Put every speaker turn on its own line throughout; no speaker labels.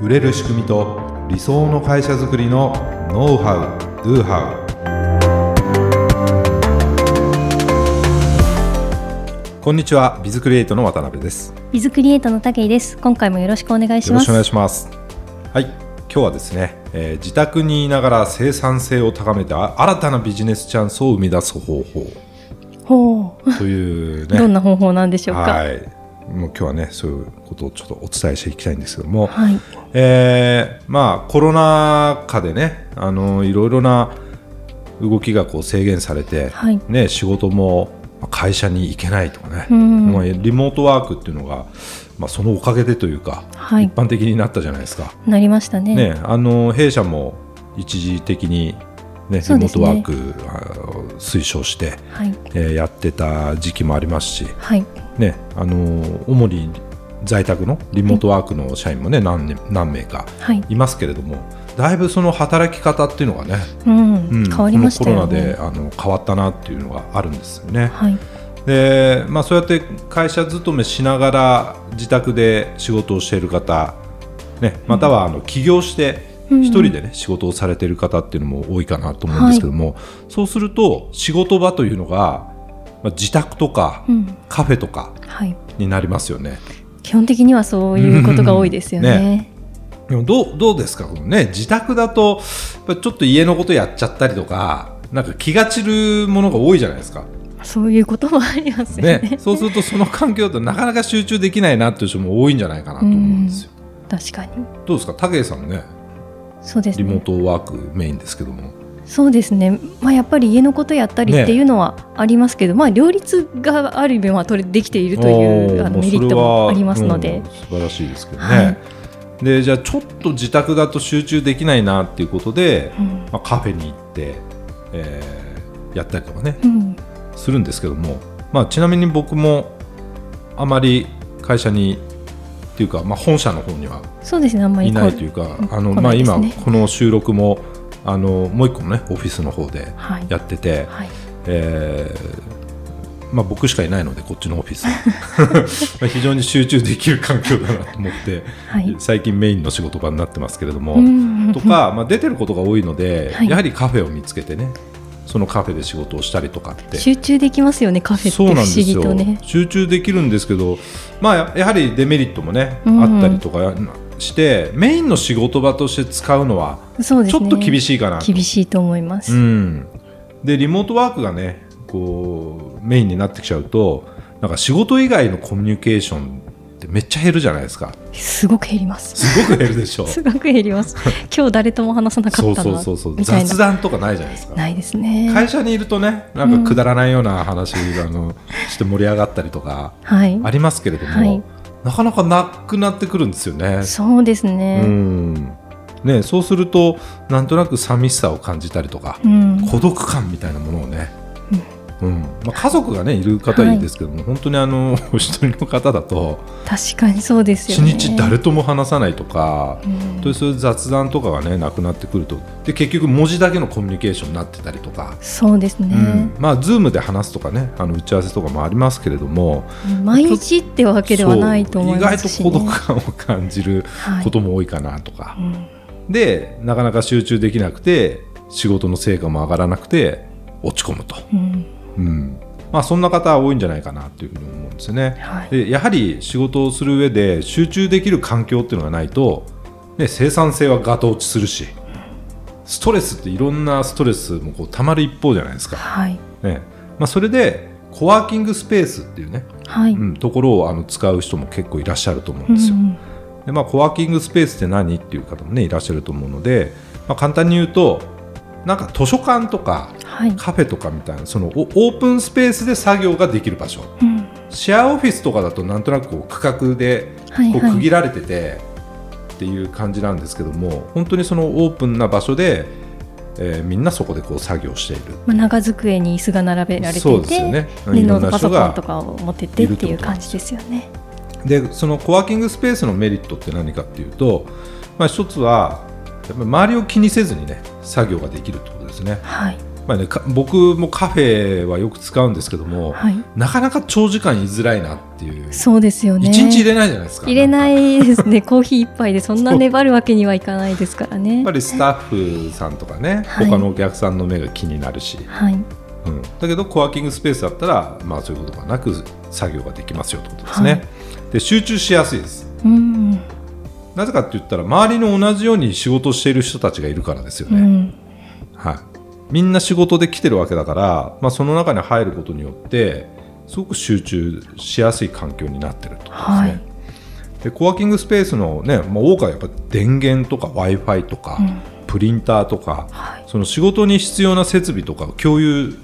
売れる仕組みと理想の会社づくりのノウハウ・ドゥハウこんにちはビズクリエイトの渡辺です
ビズクリエイトの武井です。今回もよろしくお願いし
よろ
ま
しく
す。
お願いしますはい今日はですね、えー自宅にいながら生産性を高めてあ新たなビジネスチャンスを生み出す方法
ほう、
というね
どんな方法なんでしょうか。は。
はいいもう今日はねそういうことをちょっとお伝えしていきたいんですけども、えーまあコロナ禍でねあのいろいろな動きがこう制限されて、
はい
ね、仕事もまあ会社に行けないとかね、
うん
まあ、リモートワークっていうのが、まあ、そのおかげでというか、
はい
一般的になったじゃないですか、
なりましたね。
ね、あの弊社も一時的に、ね、リ
そう
モー
です
ト
ね
ワークあを推奨して、
はい。
えーやってた時期もありますし、
はい。
ね、あの主に在宅のリモートワークの社員もね、何年何名か
はい。
いますけれどもだいぶその働き方っていうのがね、
うん、
うん
変わりました
こ
よね。
のコロナであの変わったなっていうのがあるんですよね。
はい。
で、まあ、そうやって会社勤めしながら自宅で仕事をしている方、ね、またはあの起業して
うん
一人でね、仕事をされている方っていうのも多いかなと思うんですけども、そうすると仕事場というのが、まあ、自宅とか
うん。
カフェとか
はい。
になりますよね。
基本的にはそういうことが多いですよね。
うんでもどうどうですかこの、ね、自宅だとやっぱちょっと家のことやっちゃったりとかなんか気が散るものが多いじゃないですか、
そういうこともありますよね。
ね、そうするとその環境だとなかなか集中できないなっていう人も多いんじゃないかなと思うんですよ。
確かに。
どうですか武井さんもね
そうです
リモー
ね。
トワークメインですけども、
そうですね。まあやっぱり家のことやったりっていうのはありますけど、まあ両立がある意味は取れできているというあの
もう
メ
それ
リット
は
もありますの
う
で
ん、素晴らしいですけどね、
はい
でじゃあちょっと自宅だと集中できないなっていうことで、
うん
まあ、カフェに行って、えーやったりとかね
うん、
するんですけども、まあ、ちなみに僕もあまり会社にっていうか、まあ、本社の方には
そうですね。あんまり
いないと
こ
いうか
うん
あの、
来
ま
な
あ、
いです
今
ね
この収録もあのもう一個のねオフィスの方で
はい。
やってて、
はい。
えーまあ、僕しかいないのでこっちのオフィスは まあ非常に集中できる環境だなと思って、
はい。
最近メインの仕事場になってますけれども。
うん
とか、まあ、出てることが多いので、
はい
やはりカフェを見つけてねそのカフェで仕事をしたりとかって
集中できますよねカフェって 不思議とね
集中できるんですけど、まあ、ややはりデメリットもね、
うん
あったりとかしてメインの仕事場として使うのは
そうで
ち
す
ょ
ね
っと厳
し
しいかなと
厳しいと思います、
うん、でリモートワークがねこうメインになってきちゃうとなんか仕事以外のコミュニケーションってめっちゃ減るじゃないですか
すごく減ります
すごく減るでしょ
すごく減ります 今日誰とも話さなか
そう
った
そう
な
そうそう
みたいな
雑談とかないじゃないですか
ないですね
会社にいるとねなんかくだらないような話が、あのして盛り上がったりとか
はい
ありますけれども、
はい
なかなかなくなってくるんですよね。
そうです
う
ね
んね、そうするとなんとなく寂しさを感じたりとか、
うん、
孤独感みたいなものをね、うんまあ、家族が、ね、いる方
はい
はいいですけども、本当にあの お一人の方だと
確かにそうです
一
よね
日誰とも話さないとか、
うん
本当にそういう雑談とかが、ね、なくなってくるとで結局文字だけのコミュニケーションになってたりとか。
そうですね、
うんまあ、ズームで話すとかねあの打ち合わせとかもありますけれども
毎日ってわけではないと思いますし、
そ
ね、
う意外と孤独感を感じる
はい
ことも多いかなとか
う、ん
でなかなか集中できなくて仕事の成果も上がらなくて落ち込むと、
うん
うんまあ、そんな方は多いんじゃないかなというふうに思うんですよね。
はい、
でやはり仕事をする上で集中できる環境っていうのがないと、ね、生産性はガタ落ちするしストレスっていろんなストレスもこうたまる一方じゃないですか。
はい
ねまあ、それでコワーキングスペースっていうね、
はい、
うん、ところをあの使う人も結構いらっしゃると思うん
うん
ですよ。
うん
でまあ、コワーキングスペースって何っていう方もねいらっしゃると思うので、まあ、簡単に言うとなんか図書館とか
はい、
カフェとかみたいなそのおオープンスペースで作業ができる場所
うん
シェアオフィスとかだとなんとなくこう区画で
はい
こう
はい
区切られててっていう感じなんですけども、本当にそのオープンな場所で、えーみんなそこでこう作業している
まあ、長机に椅子が並べられていて
そうですよね
で
いろん
ノー
な
トパ
人
ソコン
が
とかを持ってってっていう感じですよね。
でそのコワーキングスペースのメリットって何かっていうと、まあ、一つはやっぱり周りを気にせずにね作業ができるってことですね
はい、
まあね、か僕もカフェはよく使うんですけども、
はい、
なかなか長時間居づらいなっていう
そうですよね。
一日入れないじゃないですか
入れ
んか
ないで すね。コーヒー一杯でそんな粘るわけにはいかないですからね
やっぱ。りスタッフさんとかね、
はい
他のお客さんの目が気になるし、
はい、
うん、だけどコワーキングスペースだったら、まあ、そういうことがなく作業ができますよってことですね、
はい
で集中しやすいです
うん、
なぜかって言ったら周りの同じように仕事している人たちがいるからですよ
う
ね、
ん、
はい、みんな仕事で来てるわけだから、まあ、その中に入ることによってすごく集中しやすい環境になってるってことですね、
はい
でコワーキングスペースの、ねまあ、多くはやっぱ電源とか w i f i とか、
うん
プリンターとか、
はい
その仕事に必要な設備とかを共有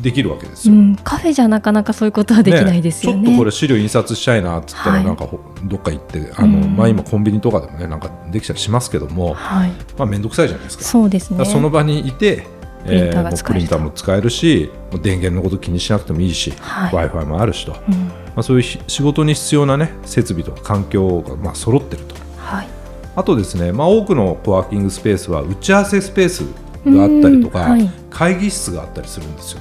できるわけです
う
よ。
ん、カフェじゃなかなかそういうことはできないですよ
ちょっと
ね。
これ資料印刷したいなっつった
は
ら
い
なんかほ、どっか行ってあの、
うん
まあ、今コンビニとかでもねなんかできたりしますけども、
はい、
まあ、めんどくさいじゃないですか
そうです
だか
ね。
らその場にいて、
プリンターが
もう
使え
プ
る
リンターも使えるしもう電源のこと気にしなくてもいいし、
はい
w i f i もあるしと、ま
うん、
あ、そういうひ仕事に必要な、ね、設備とか環境がまあ揃ってると
はい、
あとですね、まあ、多くのコワーキングスペースは打ち合わせスペースがあったりとか、
うんはい
会議室があったりするんですよ。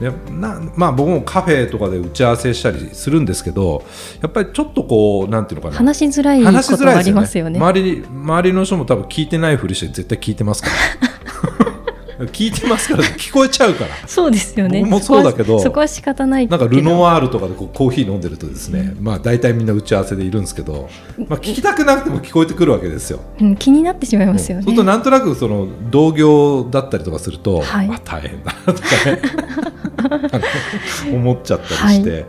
でなまあ、僕もカフェとかで打ち合わせしたりするんですけどやっぱりちょっとこうなんていうのかな
話しづらい
話
こ
しづ
と
ら
はいあ
です
り
よ
ま
ね
すよね。
周りに周りの人も多分聞いてないふりして絶対聞いてますから 聞いてますから聞こえちゃうから
そうですよね。
僕もそうだけど
そこはそこは仕方ないけ
な
ど。
んかルノワールとかでこうコーヒー飲んでるとですね、まあ、大体みんな打ち合わせでいるんですけど、まあ、聞きたくなくても聞こえてくるわけですよ。
うん、気になってしまいますよ
そうすると
ね。
なんとなくその同業だったりとかすると、
はい
まあ、大変だなとかね あの思っちゃったりして、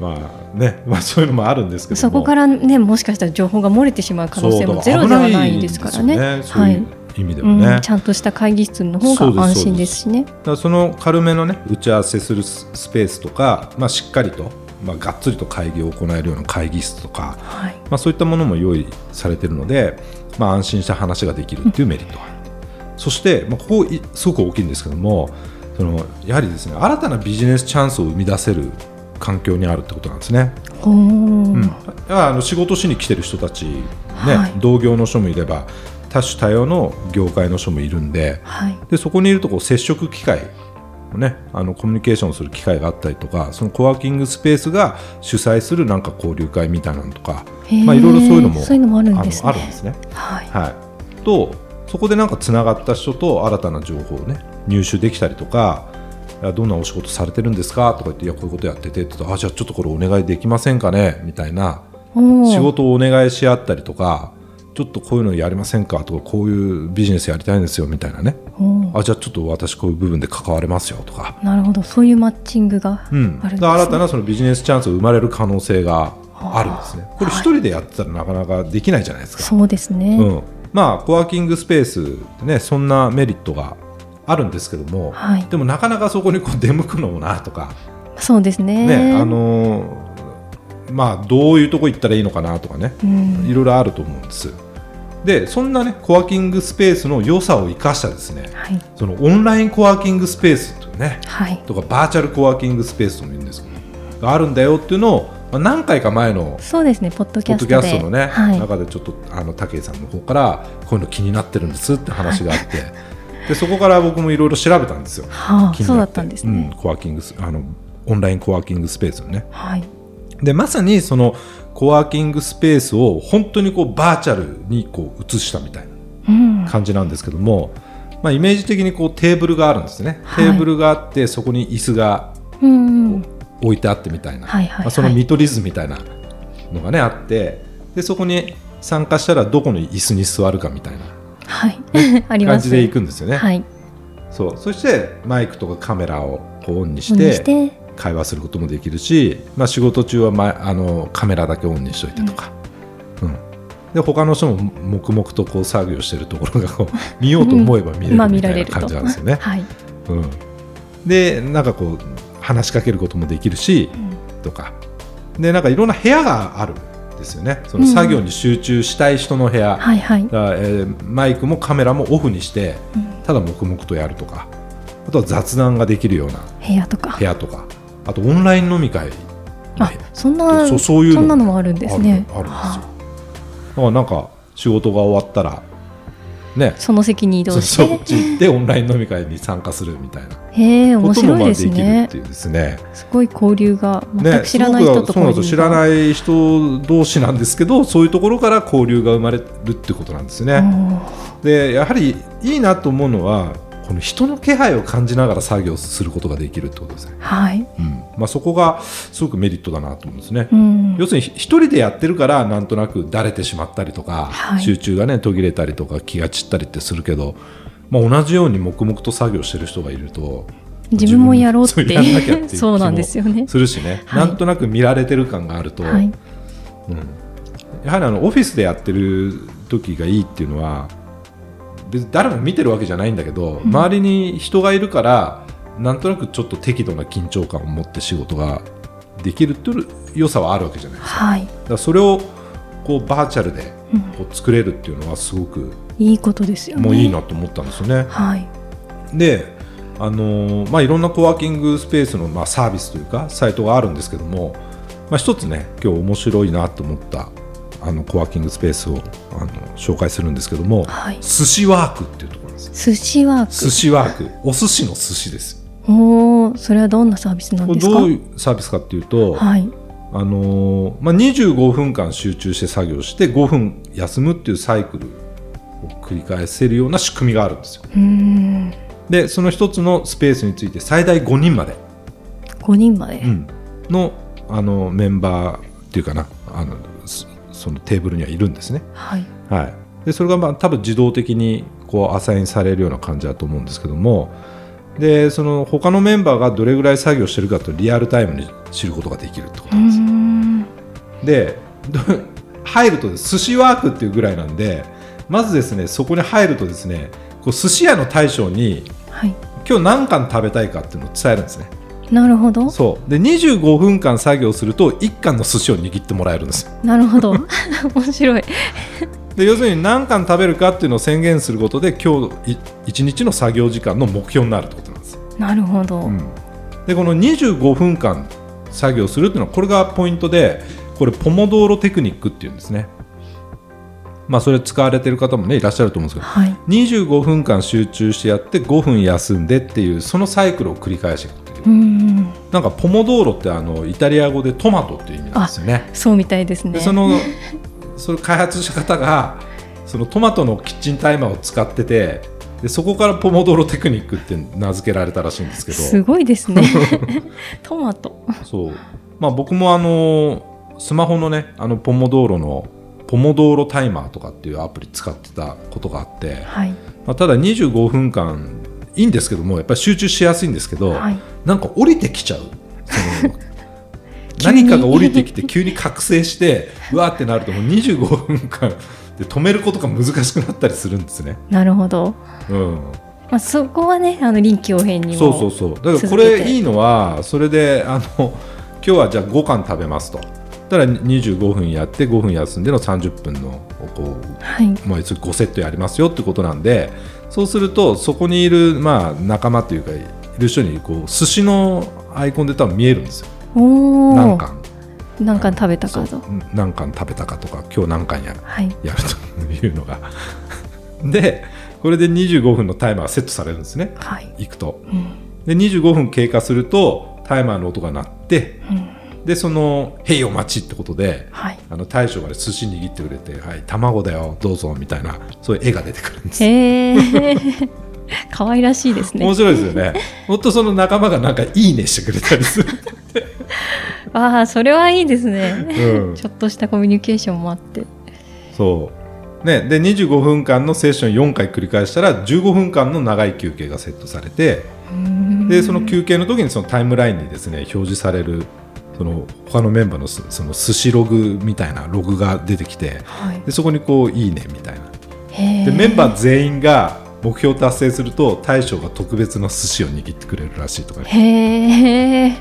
まあねまあ、そういうのもあるんですけども
そこからね、もしかしたら情報が漏れてしまう可能性もゼロではないですからね。
そうだら危ないんですよ
は
ねそ
い、
ういう意味で
う
もね、
ん、ちゃんとした会議室の方が安心ですしね。
だからその軽めのね打ち合わせするススペースとか、まあ、しっかりと、まあ、がっつりと会議を行えるような会議室とか、
はい、
まあ、そういったものも用意されているので、まあ、安心した話ができるっていうメリットがある、そして、まあ、ここいすごく大きいんですけどもそのやはりですね新たなビジネスチャンスを生み出せる環境にあるってことなんですね。
ほー
うん、ああの仕事しに来てる人たち、ね
はい
同業の人もいれば多種多様の業界の人もいるんで、
はい、
でそこにいるとこう接触機会をねあのコミュニケーションする機会があったりとかそのコワーキングスペースが主催するなんか交流会みたいなのとか、まあ、
へー
いろいろそういうのも
そういうのもあるんですね。
あのあるんですね。
はい、
はい、とそこでなんかつながった人と新たな情報をね入手できたりとかいやどんなお仕事されてるんですかとか言っていやこういうことやっててって言うとあじゃあちょっとこれお願いできませんかねみたいな
おー
仕事をお願いし合ったりとかちょっとこういうのやりませんかとかこういうビジネスやりたいんですよみたいなね
おー
あじゃあちょっと私こういう部分で関われますよとか,、
なるほど、そういうマッチングがあ
う
る
ん、
んで
だ
す、
から
ね
新たなそのビジネスチャンスを生まれる可能性があるんですね
はあ
これ一人でやってたらなかなかできないじゃないですか、
そうですね。
うん、まあコワーキングスペースってねそんなメリットがあるんですけども、
はい
でもなかなかそこにこう出向くのもなとか、
そうですね。
ねあのーまあどういうとこ行ったらいいのかなとかね
うん、
いろいろあると思うんですでそんなねコワーキングスペースの良さを生かしたですね
はい、
そのオンラインコワーキングスペースというね
はい、
とかバーチャルコワーキングスペースとも言うんですけどがあるんだよっていうのを、まあ、何回か前の
そうですね、ポッド
ポ
キ
ッ
ャ
ド
スト
キ
で。
ャストのね、
はい、
中でちょっとあの武井さんの方からこういうの気になってるんですって話があって、でそこから僕もいろいろ調べたんですよ。
は
気に
あ、
なて
そうだったんです
うん
ね。
コワーキングスあのオンラインコワーキングスペースのね。
はい、
でまさにそのコワーキングスペースを本当にこうバーチャルにこう移したみたいな
うん、
感じなんですけども、まあ、イメージ的にこうテーブルがあるんですね、
はい
テーブルがあってそこに椅子が
うん、
置いてあってみたいな、
はいはいはい
まあその見取り図みたいなのがねあってでそこに参加したらどこの椅子に座るかみたいな
はい、 ありま
感
す。
じで行くんですよね。
はい、
そうそしてマイクとかカメラをこうオンに
オ
し
ンに
て
して、
会話することもできるし、まあ、仕事中は、ま、あのカメラだけオンにしといてとか、うんで他の人も黙々とこう作業してるところがこう見ようと思えば見れ
まあ
る
見
みた
ら
い
れ
な
る
感
と。
じなんですよね。
はい、
うん、でなんかこう話しかけることもできるし、とかでなんかいろんな部屋があるんですよねその
うん
作業に集中したい人の部屋、
はい、はい、
だからえーマイクもカメラもオフにして
うん
ただ黙々とやるとかあとは雑談ができるような
部屋とか
部。屋とかあとオンライン飲み会
あ、そんな、
そう
そ
そういうの
んなのもあるんですね。
あるあるんですよだか
は
らなんか仕事が終わったらね
その席に移動し
そ
て
っち行ってオンライン飲み会に参加するみたいな
へえ
こ
面
とも
白
まあ
いで
ですきる
ね
っていうですね。
すごい交流が全
ね、
く知らない人と
すごく
交
そうなんですよ
流
知らない人同士なんですけどそういうところから交流が生まれるってことなんですよね。でやはりいいなと思うのはこの人の気配を感じながら作業することができるってことですね、
はい、
うんまあ、そこがすごくメリットだなと思うんですね、
うん、
要するに一人でやってるからなんとなくだれてしまったりとか、
はい
集中がね途切れたりとか気が散ったりってするけど、まあ、同じように黙々と作業してる人がいると
自分もやろうっ
自分もそうやんなきゃってい
て
う気も
そうなんですよね
するしね、
はい
なんとなく見られてる感があると、
はい
やはりあのオフィスでやってる時がいいっていうのは別に誰も見てるわけじゃないんだけど、周りに人がいるからなんとなくちょっと適度な緊張感を持って仕事ができるっていう良さはあるわけじゃないだか
はい
らそれをこうバーチャルで
うん
こう作れるっていうのはすごく
いいことですよね
もういいなと思ったんですよね。
はい
であのーまあ、いろんなコワーキングスペースの、まあ、サービスというかサイトがあるんですけども、まあ、一つね今日面白いなと思ったあのコワーキングスペースをあの紹介するんですけども
はい
寿司ワークっていうところなんです
寿司ワー
寿司ワークお寿司の寿司です
クおおそれはどんなサービスなん
これ
ですか
どういうサービスかっていうと、
はい
あのーまあ、25分間集中して作業して5分休むっていうサイクルを繰り返せるような仕組みがあるんですよ
うーん
でその一つのスペースについて最大5人まで
5人まで、
うんのあのメンバーっていうかなあのそそのテーブルにはいるんですね、
はい
はい、でそれがまあ多分自動的にこうアサインされるような感じだと思うんですけどもでその他のメンバーがどれぐらい作業してるかとリアルタイムに知ることができるってことな
うー
んですよ
ん
で ど入るとです寿司ワークっていうぐらいなんでまずですねそこに入るとですねこう寿司屋の大将に
はい
今日何貫食べたいかっていうのを伝えるんですね
なるほど
そうで25分間作業すると1貫の寿司を握ってもらえるんですよ
なるほど 面白い
で要するに何貫食べるかっていうのを宣言することで今日1日の作業時間の目標になるってことなんです、
なるほど、
うんでこの25分間作業するっていうのはこれがポイントでこれポモドーロテクニックっていうんですねまあそれ使われてる方もねいらっしゃると思うんですけど
はい
25分間集中してやって5分休んでっていうそのサイクルを繰り返していくっていう
うーん
なんかポモドーロってあのイタリア語でトマトっていう意味なんですよね
そうみたいですね
でそのそれ開発した方がそのトマトのキッチンタイマーを使っててでそこからポモドーロテクニックって名付けられたらしいんですけ
す
ど
ごいですね トマト
そう、まあ、僕もあのスマホのねあのポモドーロのポモドーロタイマーとかっていうアプリ使ってたことがあって、
はい
まあ、ただ25分間いいんですけどもやっぱり集中しやすいんですけど、
はい
なんか降りてきちゃうその
急に
何かが降りてきて急に覚醒してうわーってなるともう25分間で止めることが難しくなったりするんですね、
なるほど、
うん、
まあ、そこはねあの臨機応変にも
そうそうそうだからこ
続け
れ
て
いいのはそれであの今日はじゃあ5貫食べますとたら25分やって5分休んでの30分のこう
はい
まあ、5セットやりますよってことなんでそうするとそこにいる、まあ、仲間というかいる人にこう寿司のアイコンで多分見えるんですよ
おお
何貫
何貫食べたか
そう
と
何貫食べたかとか今日何貫や
はい
やるというのがでこれで25分のタイマーがセットされるんですね
はい、
行くと
うん
で25分経過するとタイマーの音が鳴って
うん、
でその「へいお待ち」ってことで
はい
あの大将がね寿司握ってくれて「はい卵だよどうぞ」みたいなそういう絵が出てくるんです
へえ 可愛らしいですね
面白いですよ ね。ほんとその仲間がなんかいいねしてくれたりする。
ああそれはいいですね、
うん
ちょっとしたコミュニケーションもあって
そう。ね、で、25分間のセッション4回繰り返したら、15分間の長い休憩がセットされて、で、その休憩の時にそのタイムラインにですね、表示される、その他のメンバーのすその寿司ログみたいなログが出てきて、
はい
でそこにこう、いいねみたいな。
へ
で、
ー
メンバー全員が目標達成すると、大将が特別な寿司を握ってくれるらしいとかね、
へえ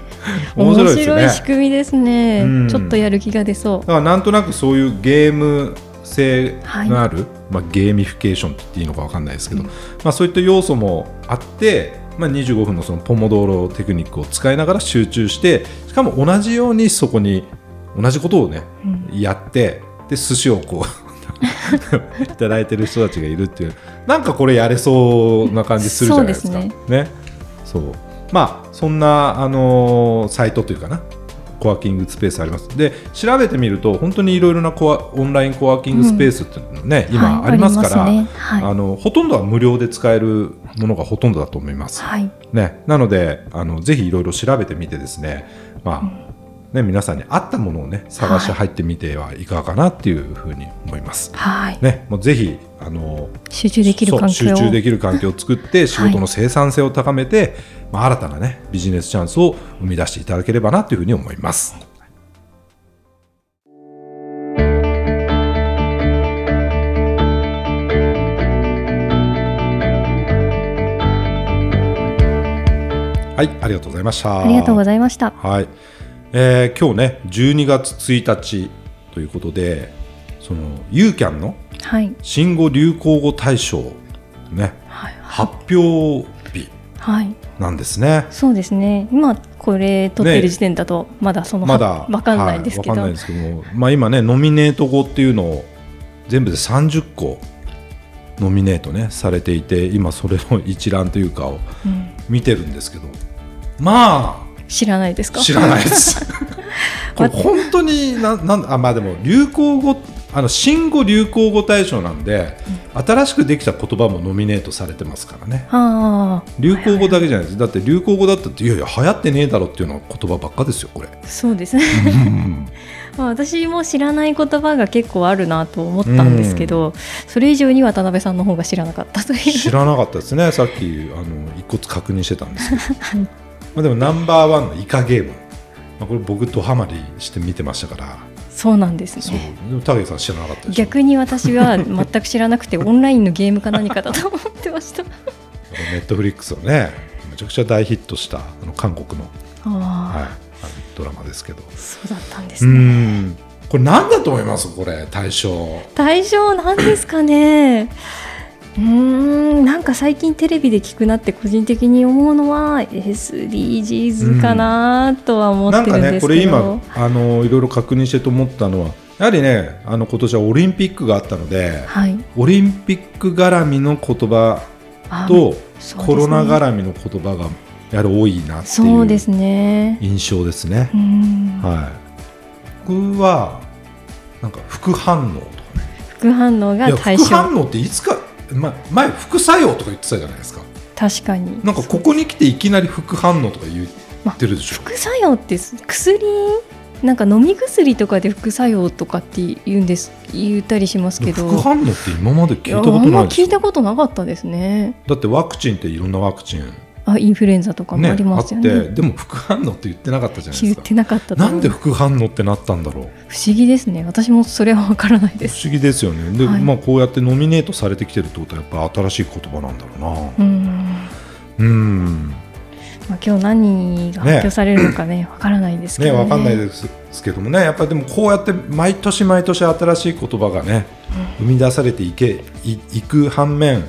面白
面白
いですよね
い仕組みですね
うん
ちょっとやる気が出そ
だからなんとなくそういうゲーム性のある、まあ、ゲーミフィケーションって言っていいのかわかんないですけど、まあ、そういった要素もあって、まあ、25分のそのポモドーロテクニックを使いながら集中してしかも同じようにそこに同じことをね、やってで寿司をこう いただいてる人たちがいるっていうなんかこれやれそうな感じするじゃないですか。
そう
ね
で
そうまあそんな、あのーサイトというかなコワーキングスペースありますで調べてみると本当にいろいろなコワオンラインコワーキングスペースっていうのね、今
はい
ありますから、
ありますねはい
あのほとんどは無料で使えるものがほとんどだと思います。
はい、
ね、なのであのぜひいろいろ調べてみてですね,、まあね皆さんに合ったものをね探して入ってみてはいかがかなっていうふうに思います。
はい、
ね、もうぜひあの
集中できる環境
そう集中で
き
きる環境を作って仕事の生産性を高めて、まあ、新たな、ね、ビジネスチャンスを生み出していただければなというふうに思います。はい、ありがとうございました。
ありがとうございました。
はい、えー今日ね12月1日ということでその UCAN の
はい、
新語・流行語大賞ね
はい、
発表日
はい、
なんですね。
そうですね。今これ撮って
ね
る時点だとまだその
まだ
わかんないんですけ
は
ど、
わかんないですけども、まあ、今ねノミネート語っていうのを全部で30個ノミネートねされていて今それの一覧というかを
うん
見てるんですけどま
知らないです
あ
か？
知らないですこれ本当にななんあまあでも流行語あの新語・流行語大賞なんで、新しくできた言葉もノミネートされてますからね
あ
流行語だけじゃないですだって流行語だったっていやいや流行ってねえだろっていうのは言葉ばっかですよこれ
あ、そうですね。まあ 私も知らない言葉が結構あるなと思ったんですけど、それ以上に渡辺さんの方が知らなかったという。
知らなかったですね さっきあの一骨確認してたんですけ ど、まあ、でもナンバーワンのイカゲーム、まあ、これ僕ドハマりして見てましたから
そうなんです
そう
ね。
でも武井さん知らなかったでしょ
逆に私は全く知らなくてオンラインのゲームか何かだと思ってました。
ネットフリックスのねめちゃくちゃ大ヒットしたあの韓国の,、はい、
ああ、
あのドラマですけど
そうだったんです
う
ね。
んこれ何だと思いますこれ大賞
対象なんですかね。うーんなんか最近テレビで聞くなって個人的に思うのは SDGs かなとは思
なん
って
か
るんで
ね、
す
こ
けど、
れ今あのいろいろ確認してと思ったのはやはりねあの今年はオリンピックがあったので
はい
オリンピック絡みの言葉
あ
と、
そうですね
コロナ絡みの言葉がやはり多いなって
そう
い
で
う
すね
印象ですね
う。ん
はい、僕はなんか副反応とかね
副反応
い
が
や
対
副
象
反応っていつか、ま、前副作用とか言ってたじゃないですか
確かに
なんかここに来ていきなり副反応とか言ってるでしょ。
副作用って薬なんか飲み薬とかで副作用とかって言うんです言ったりしますけど
副反応って今まで聞いたこと
やあ
な
んま
いでし
聞
ょ
いたことなかったですね
だってワクチンっていろんなワクチン、ね、
あインフルエンザとかもあり
あ
ま
っ
すよね
てでも副反応って言ってなかったじゃないで
言
す
っ
か
てなかったと
な
思うん
で副反応ってなったんだろう
不思議ですね私もそれはわからないで
不
す
思議ですよねで、
はい
まあ、こうやってノミネートされてきてるってことはやっぱ新しい言葉なんだろうな
うん、
うん
まあ、今日何が発表されるのかねわからないですけ
ね
どね
わかんないですけどもねやっぱりでもこうやって毎年毎年新しい言葉がね生み出されていけいいく反面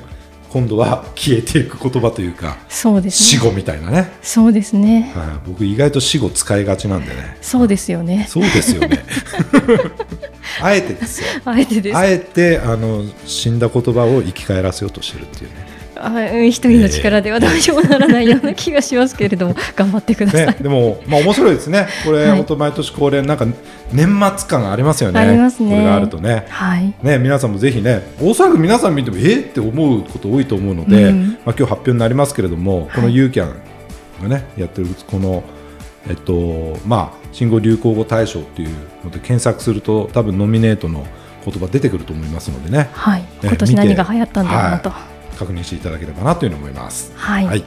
今度は消えていく言葉というか
そうです
死
ね
語みたいなね、
そうですね
はい、僕意外と死語使いがちなんでね
そうですよね
そうです よね。あえてですよ。
あえてです
あえてあの死んだ言葉を生き返らせようとしてるっていう ね。
あうん一人の力ではどうしようもならないような気がしますけれども頑張ってください、
ね、でもまあ面白いですね。これ、
はい
本当毎年恒例なんか年末感がありますよね。
ありますね
これがあるとね。
はい
ね、皆さんもぜひね、おそらく皆さん見ても、えーって思うこと多いと思うので、
うん
まあ、今日発表になりますけれども、この u c a n がね、やってる、この、えっと、まあ、新語・流行語大賞っていうので検索すると、多分ノミネートの言葉出てくると思いますのでね、
はい、今年何が流行ったんだろうなと、
は確認していただければなというふうに思います。
はい
はい、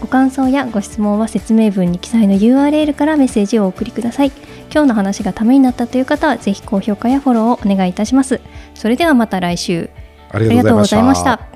ご感想やご質問は説明文に記載の URL からメッセージをお送りください今日の話がためになったという方はぜひ高評価やフォローをお願いいたしますそれではまた来週
ありがとうございまし
ありがとうございましたた。